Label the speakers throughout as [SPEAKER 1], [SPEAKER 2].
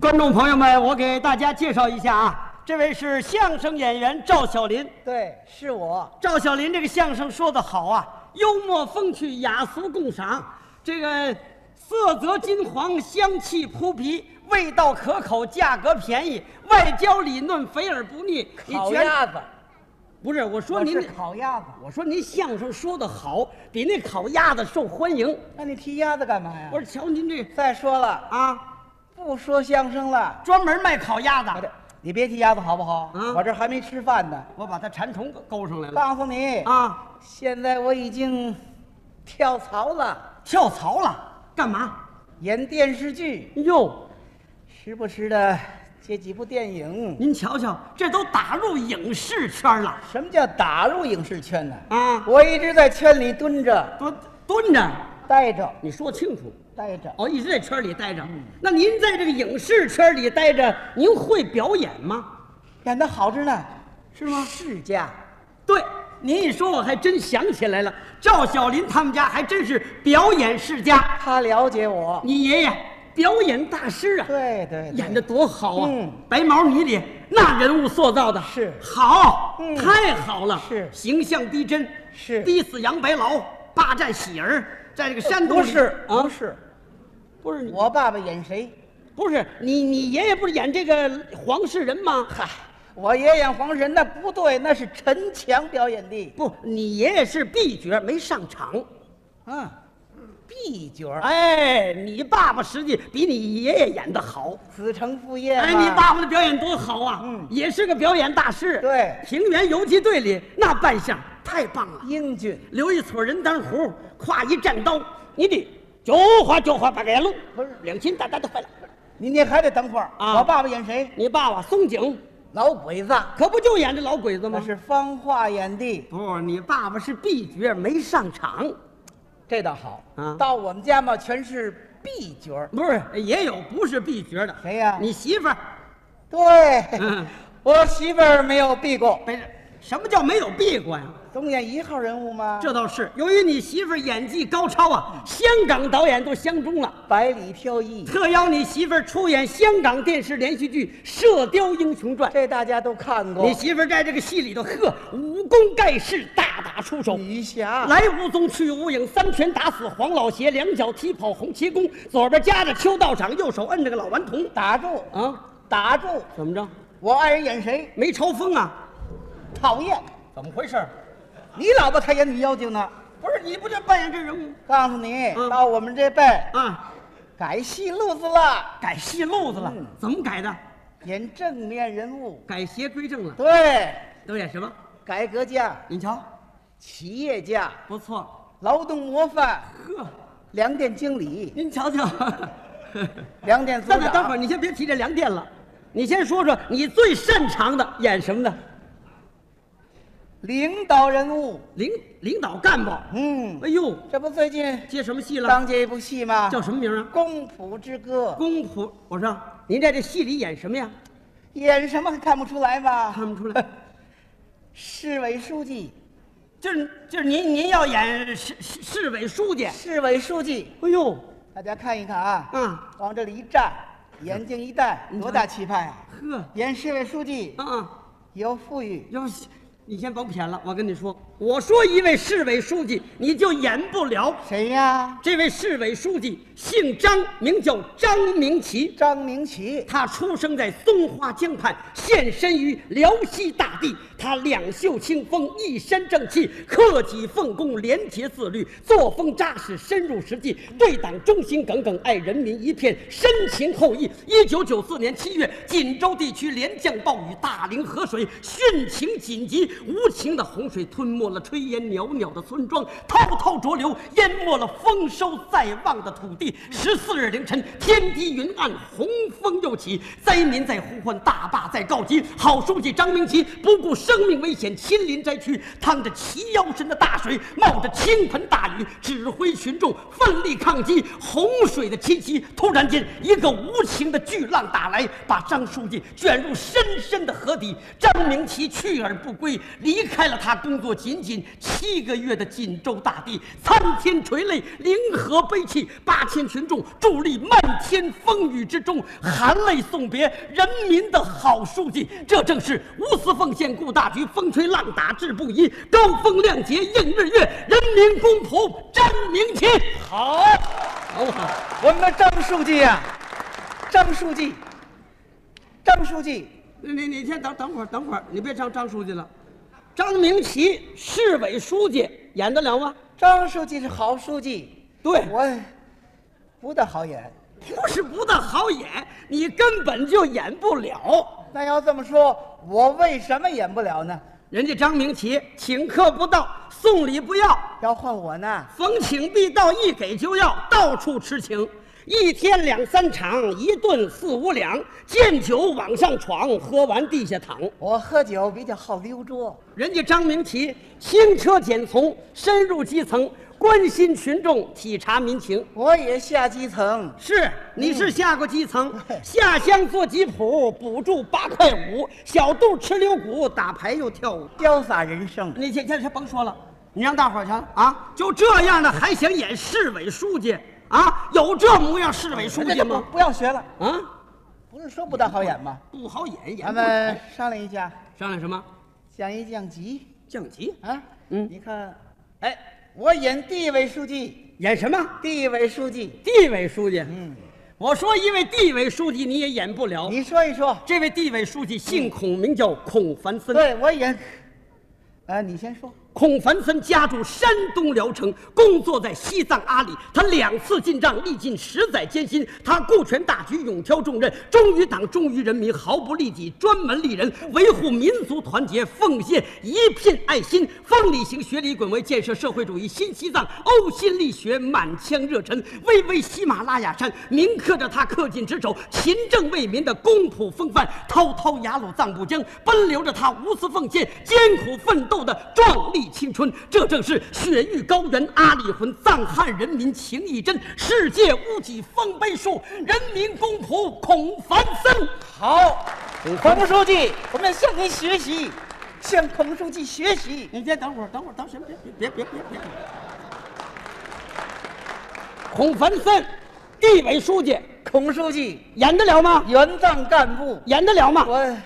[SPEAKER 1] 观众朋友们，我给大家介绍一下啊，这位是相声演员赵小林。
[SPEAKER 2] 对，是我。
[SPEAKER 1] 赵小林这个相声说得好啊，幽默风趣，雅俗共赏。这个色泽金黄，香气扑鼻，味道可口，价格便宜，外焦里嫩，肥而不腻。你
[SPEAKER 2] 烤
[SPEAKER 1] 全
[SPEAKER 2] 鸭子，
[SPEAKER 1] 不是我说
[SPEAKER 2] 我
[SPEAKER 1] 您
[SPEAKER 2] 是，烤鸭子。
[SPEAKER 1] 我说您相声说得好，比那烤鸭子受欢迎。
[SPEAKER 2] 那你提鸭子干嘛呀？
[SPEAKER 1] 我说瞧您这
[SPEAKER 2] 再说了，
[SPEAKER 1] 啊，
[SPEAKER 2] 不说相声了。
[SPEAKER 1] 专门卖烤鸭
[SPEAKER 2] 我
[SPEAKER 1] 的
[SPEAKER 2] 这，你别提鸭子好不好？
[SPEAKER 1] 嗯
[SPEAKER 2] 我这还没吃饭呢。
[SPEAKER 1] 我把它馋虫勾上来了
[SPEAKER 2] 告诉你，
[SPEAKER 1] 啊。
[SPEAKER 2] 现在我已经跳槽了，
[SPEAKER 1] 跳槽了，干嘛？
[SPEAKER 2] 演电视剧，
[SPEAKER 1] 哟，
[SPEAKER 2] 时不时的接几部电影。
[SPEAKER 1] 您瞧瞧，这都打入影视圈了
[SPEAKER 2] 什么叫打入影视圈呢？
[SPEAKER 1] 啊！
[SPEAKER 2] 我一直在圈里蹲着，
[SPEAKER 1] 蹲蹲着，
[SPEAKER 2] 待着，
[SPEAKER 1] 你说清楚。
[SPEAKER 2] 待着。
[SPEAKER 1] 哦，一直在圈里待着。那您在这个影视圈里待着，您会表演吗？
[SPEAKER 2] 演得好着呢，
[SPEAKER 1] 是吗
[SPEAKER 2] 世家，
[SPEAKER 1] 对，您一说，我还真想起来了。赵小林他们家还真是表演世家，
[SPEAKER 2] 他了解我。
[SPEAKER 1] 你爷爷表演大师啊，
[SPEAKER 2] 对对，对
[SPEAKER 1] 演的多好啊！
[SPEAKER 2] 嗯
[SPEAKER 1] 白毛女里那人物塑造的
[SPEAKER 2] 是
[SPEAKER 1] 好，
[SPEAKER 2] 嗯
[SPEAKER 1] 太好了，
[SPEAKER 2] 是
[SPEAKER 1] 形象逼真，
[SPEAKER 2] 是
[SPEAKER 1] 逼死杨白劳，霸占喜儿，在这个山东
[SPEAKER 2] 不
[SPEAKER 1] 里
[SPEAKER 2] 是
[SPEAKER 1] 啊
[SPEAKER 2] 不是，
[SPEAKER 1] 不是你
[SPEAKER 2] 我爸爸演谁？
[SPEAKER 1] 不是你你爷爷不是演这个黄世仁吗？
[SPEAKER 2] 嗨，我爷演黄世仁，那不对，那是陈强表演的。
[SPEAKER 1] 不，你爷爷是 B 角，没上场。
[SPEAKER 2] 嗯，B 角儿，
[SPEAKER 1] 哎，你爸爸实际比你爷爷演的好。
[SPEAKER 2] 子承父业嘛。
[SPEAKER 1] 哎，你爸爸的表演多好啊！
[SPEAKER 2] 嗯
[SPEAKER 1] 也是个表演大师。
[SPEAKER 2] 对
[SPEAKER 1] 平原游击队里那扮相太棒了。
[SPEAKER 2] 英俊，
[SPEAKER 1] 留一撮人当胡，挎一战刀，你得九花九花八个路，
[SPEAKER 2] 不是
[SPEAKER 1] 两斤大大的坏了。
[SPEAKER 2] 你你还得等会儿。
[SPEAKER 1] 啊
[SPEAKER 2] 我爸爸演谁？
[SPEAKER 1] 你爸爸松井
[SPEAKER 2] 老鬼子，
[SPEAKER 1] 可不就演这老鬼子
[SPEAKER 2] 那
[SPEAKER 1] 吗？
[SPEAKER 2] 是方化演的。
[SPEAKER 1] 不，你爸爸是 B 角，没上场。
[SPEAKER 2] 这倒好
[SPEAKER 1] 啊
[SPEAKER 2] 到我们家嘛，全是 B 角儿。
[SPEAKER 1] 不是，也有不是 B 角的。
[SPEAKER 2] 谁呀
[SPEAKER 1] 你媳妇儿。
[SPEAKER 2] 对，
[SPEAKER 1] 嗯
[SPEAKER 2] 我媳妇儿没有 B 过，
[SPEAKER 1] 没事，什么叫没有避过呀？
[SPEAKER 2] 总演一号人物嘛。
[SPEAKER 1] 这倒是，由于你媳妇儿演技高超啊，香港导演都相中了，
[SPEAKER 2] 百里挑一，
[SPEAKER 1] 特邀你媳妇儿出演香港电视连续剧《射雕英雄传》。
[SPEAKER 2] 这大家都看过。
[SPEAKER 1] 你媳妇儿在这个戏里头，呵，武功盖世，大打出手。啊
[SPEAKER 2] 女侠，
[SPEAKER 1] 来无踪去无影，三拳打死黄老邪，两脚踢跑洪七公，左边夹着邱道长，右手摁着个老顽童。
[SPEAKER 2] 打住，
[SPEAKER 1] 啊，
[SPEAKER 2] 打住！
[SPEAKER 1] 怎么着？
[SPEAKER 2] 我爱人演谁？
[SPEAKER 1] 没嘲风啊？
[SPEAKER 2] 讨厌！
[SPEAKER 1] 怎么回事？
[SPEAKER 2] 你老婆才演女妖精呢。
[SPEAKER 1] 不是你不就扮演这人物
[SPEAKER 2] 告诉你，
[SPEAKER 1] 嗯
[SPEAKER 2] 到我们这辈
[SPEAKER 1] 啊？
[SPEAKER 2] 改戏路子了，
[SPEAKER 1] 改戏路子了？
[SPEAKER 2] 嗯
[SPEAKER 1] 怎么改的？
[SPEAKER 2] 演正面人物。
[SPEAKER 1] 改邪归正了，
[SPEAKER 2] 对，
[SPEAKER 1] 都演什么？
[SPEAKER 2] 改革家、
[SPEAKER 1] 你瞧，
[SPEAKER 2] 企业家、
[SPEAKER 1] 不错，
[SPEAKER 2] 劳动模范、
[SPEAKER 1] 呵，
[SPEAKER 2] 粮店经理、
[SPEAKER 1] 您瞧瞧。
[SPEAKER 2] 粮店组
[SPEAKER 1] 等等，等会儿
[SPEAKER 2] 长。
[SPEAKER 1] 你先别提这粮店了，你先说说你最擅长的演什么的？
[SPEAKER 2] 领导人物。
[SPEAKER 1] 领领导干部。
[SPEAKER 2] 嗯，
[SPEAKER 1] 哎呦，
[SPEAKER 2] 这不最近
[SPEAKER 1] 接什么戏了？
[SPEAKER 2] 刚接一部戏吗？
[SPEAKER 1] 叫
[SPEAKER 2] 《
[SPEAKER 1] 什么名啊？
[SPEAKER 2] 公仆之歌》，
[SPEAKER 1] 公仆。我说您在这戏里演什么呀？
[SPEAKER 2] 演什么看不出来吧？
[SPEAKER 1] 看不出来，
[SPEAKER 2] 市委书记，
[SPEAKER 1] 就是就是您您要演市市市委书记。
[SPEAKER 2] 市委书记，
[SPEAKER 1] 哎呦，
[SPEAKER 2] 大家看一看啊，
[SPEAKER 1] 啊，
[SPEAKER 2] 往这里一站，眼睛一戴，
[SPEAKER 1] 你瞧
[SPEAKER 2] 多大气派啊！
[SPEAKER 1] 呵，
[SPEAKER 2] 演市委书记
[SPEAKER 1] 啊啊，
[SPEAKER 2] 有富裕，
[SPEAKER 1] 要是你先甭谝了，我跟你说，我说一位市委书记，你就演不了。
[SPEAKER 2] 谁呀？
[SPEAKER 1] 这位市委书记姓张，名叫张明奇。
[SPEAKER 2] 张明奇，
[SPEAKER 1] 他出生在松花江畔，现身于辽西大地。他两袖清风，一身正气，克己奉公，廉洁自律，作风扎实，深入实际，对党忠心耿耿，爱人民一片，深情厚谊。一九九四年七月，锦州地区连降暴雨，大凌河水汛情紧急，无情的洪水吞没了炊烟袅袅的村庄，滔滔浊流淹没了丰收在望的土地。十四日凌晨，天低云暗，洪风又起，灾民在呼唤，大坝在告急。好书记张明奇不顾生命危险，亲临灾区，趟着齐腰深的大水，冒着倾盆大雨，指挥群众奋力抗击洪水的侵袭。突然间，一个无情的巨浪打来，把张书记卷入深深的河底。张明奇去而不归，离开了他工作几仅仅七个月的锦州大地，参天垂泪，凌河悲泣，八千群众伫立漫天风雨之中，含泪送别人民的好书记。这正是无私奉献顾大局，风吹浪打志不移，高风亮节映日月，人民公仆沾明旗。
[SPEAKER 2] 好，
[SPEAKER 1] 好不好？
[SPEAKER 2] 我们的张书记啊呀、张书记，张书记，
[SPEAKER 1] 你你你先等等会儿，等会儿，你别张张书记了，张明奇市委书记演得了吗？
[SPEAKER 2] 张书记是好书记，
[SPEAKER 1] 对
[SPEAKER 2] 我不大好演。
[SPEAKER 1] 不是不大好演，你根本就演不了。
[SPEAKER 2] 那要这么说，我为什么演不了呢？
[SPEAKER 1] 人家张明奇请客不到，送礼不要，
[SPEAKER 2] 要换我呢？
[SPEAKER 1] 逢请必到，一给就要，到处痴情。一天两三场，一顿四五两，见酒往上闯，喝完地下躺。
[SPEAKER 2] 我喝酒比较好溜桌，
[SPEAKER 1] 人家张明奇轻车简从，深入基层，关心群众，体察民情。
[SPEAKER 2] 我也下基层。
[SPEAKER 1] 是，你
[SPEAKER 2] 嗯
[SPEAKER 1] 是下过基层，
[SPEAKER 2] 对
[SPEAKER 1] 下乡做吉普，补助八块五，小肚吃溜骨，打牌又跳舞。
[SPEAKER 2] 潇洒人生，
[SPEAKER 1] 你先先先甭说了，你让大伙儿瞧啊，就这样的还想演市委书记啊？有这模样市委书记吗
[SPEAKER 2] 嗯不？不要学了，
[SPEAKER 1] 啊，
[SPEAKER 2] 不是说不大好演吗？
[SPEAKER 1] 不好演，演
[SPEAKER 2] 咱
[SPEAKER 1] 不好
[SPEAKER 2] 们商量一下，
[SPEAKER 1] 商量什么？
[SPEAKER 2] 降一降级
[SPEAKER 1] 降级？
[SPEAKER 2] 啊。
[SPEAKER 1] 嗯
[SPEAKER 2] 你看，哎，我演地委书记，
[SPEAKER 1] 演什么？
[SPEAKER 2] 地委书记，
[SPEAKER 1] 地委书记。
[SPEAKER 2] 嗯，
[SPEAKER 1] 我说一位地委书记你也演不了。
[SPEAKER 2] 你说一说。
[SPEAKER 1] 这位地委书记姓孔，名叫孔繁森。
[SPEAKER 2] 对我演，呃，你先说。
[SPEAKER 1] 孔繁森家住山东聊城，工作在西藏阿里。他两次进藏，历尽十载艰辛。他顾全大局，勇挑重任，忠于党，忠于人民，毫不利己，专门利人，维护民族团结，奉献一片爱心。风里行，雪里滚，为建设社会主义新西藏呕心沥血，满腔热忱。巍巍喜马拉雅山，铭刻着他恪尽职守、勤政为民的公仆风范；滔滔雅鲁藏布江，奔流着他无私奉献、艰苦奋斗的壮丽青春。这正是雪域高原阿里浑，藏汉人民情义真，世界屋脊丰碑树，人民公仆孔繁森。
[SPEAKER 2] 好，
[SPEAKER 1] 嗯
[SPEAKER 2] 孔书记，我们向您学习，向孔书记学习。
[SPEAKER 1] 你先等会儿，等会儿，等什么？别别别别别！孔繁森，地委书记，
[SPEAKER 2] 孔书记，
[SPEAKER 1] 演得了吗？
[SPEAKER 2] 援藏干部，
[SPEAKER 1] 演得了吗？
[SPEAKER 2] 我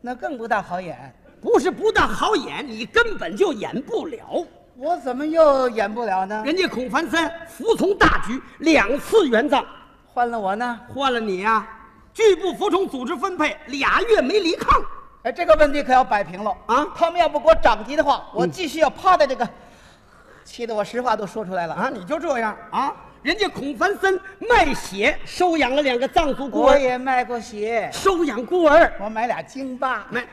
[SPEAKER 2] 那更不大好演，
[SPEAKER 1] 不是不大好演，你根本就演不了。
[SPEAKER 2] 我怎么又演不了呢？
[SPEAKER 1] 人家孔繁森服从大局，两次援藏，
[SPEAKER 2] 换了我呢？
[SPEAKER 1] 换了你呀、拒不服从组织分配，俩月没离�bra。
[SPEAKER 2] 哎，这个问题可要摆平了
[SPEAKER 1] 啊嗯
[SPEAKER 2] 他们要不给我涨级的话，我继续要趴在这个，气得我实话都说出来了
[SPEAKER 1] 啊！。你就这样啊？人家孔繁森卖血收养了两个藏族孤
[SPEAKER 2] 我
[SPEAKER 1] 儿，
[SPEAKER 2] 也卖过血，
[SPEAKER 1] 收养孤儿，
[SPEAKER 2] 我买俩京巴，
[SPEAKER 1] 卖，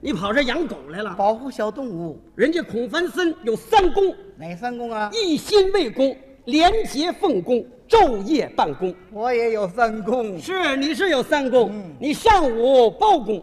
[SPEAKER 1] 你跑这养狗来了？
[SPEAKER 2] 保护小动物。
[SPEAKER 1] 人家孔繁森有三功：
[SPEAKER 2] 哪三公啊？
[SPEAKER 1] 一心为公，廉洁奉公，昼夜办公。
[SPEAKER 2] 我也有三公。
[SPEAKER 1] 是，你是有三公，你上午包公，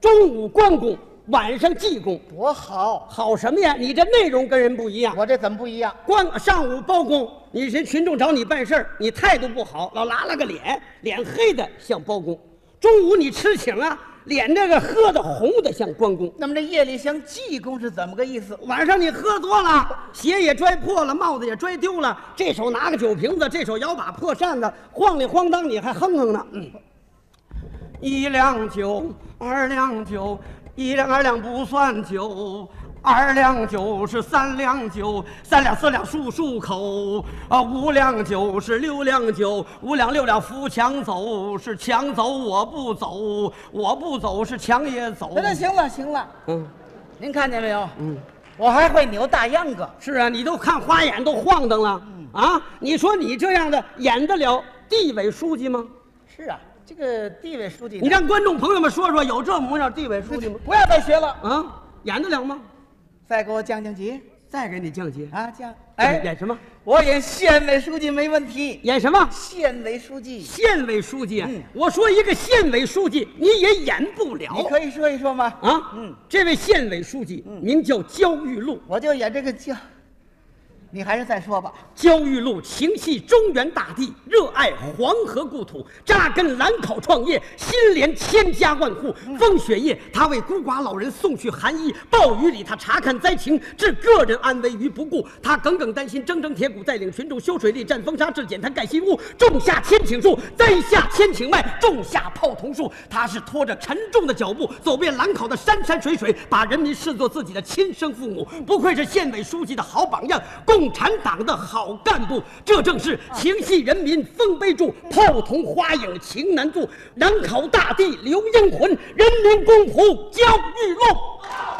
[SPEAKER 1] 中午关公，晚上济公。
[SPEAKER 2] 多好！
[SPEAKER 1] 好什么呀？你这内容跟人不一样。
[SPEAKER 2] 我这怎么不一样？
[SPEAKER 1] 关上午包公，你人群众找你办事儿，你态度不好，老拉了个脸，脸黑的像包公；中午你吃请啊，脸这个喝的红的像关公；
[SPEAKER 2] 那么这夜里想济公是怎么个意思？
[SPEAKER 1] 晚上你喝多了，鞋也摔破了，帽子也摔丢了，这手拿个酒瓶子，这手摇把破扇子，晃里晃荡，你还哼哼呢。嗯，一两酒，二两酒，一两二两不算酒，二两酒是三两酒，三两四两漱漱口，啊，五两酒是六两酒，五两六两扶墙走，是墙走我不走，我不走是墙也走。
[SPEAKER 2] 哎那那行了行了，
[SPEAKER 1] 嗯。
[SPEAKER 2] 您看见没有？嗯，我还会扭大秧歌。
[SPEAKER 1] 是啊，你都看花眼都晃荡了、啊！你说你这样的演得了地委书记吗？
[SPEAKER 2] 是啊，这个地委书记呢，
[SPEAKER 1] 你让观众朋友们说说，有这模样地委书记吗？
[SPEAKER 2] 不要再学了，
[SPEAKER 1] 啊，演得了吗？
[SPEAKER 2] 再给我降降级
[SPEAKER 1] 再给你降级，
[SPEAKER 2] 啊降！
[SPEAKER 1] 演
[SPEAKER 2] 哎，
[SPEAKER 1] 什么？
[SPEAKER 2] 我演县委书记没问题，
[SPEAKER 1] 演什么？
[SPEAKER 2] 县委书记，
[SPEAKER 1] 县委书记啊、
[SPEAKER 2] 嗯
[SPEAKER 1] 我说一个县委书记，你也演不了
[SPEAKER 2] 你可以说一说吗？
[SPEAKER 1] 啊！
[SPEAKER 2] 嗯，
[SPEAKER 1] 嗯这位县委书记名叫焦裕禄，
[SPEAKER 2] 我就演这个叫你还是再说吧。
[SPEAKER 1] 焦裕禄情系中原大地，热爱黄河故土，扎根兰考创业，心连千家万户。风雪夜，他为孤寡老人送去寒衣；暴雨里，他查看灾情，置个人安危于不顾。他耿耿丹心，铮铮铁骨，带领群众修水利、占风沙、治减滩、盖新屋，种下千顷树，栽下千顷麦，哎种下泡桐树。他是拖着沉重的脚步，走遍兰考的山山水水，把人民视作自己的亲生父母。不愧是县委书记的好榜样，共产党的好干部。这正是情系人民丰碑著，炮桐花影情难驻。南考大地留英魂，人民公仆焦裕禄。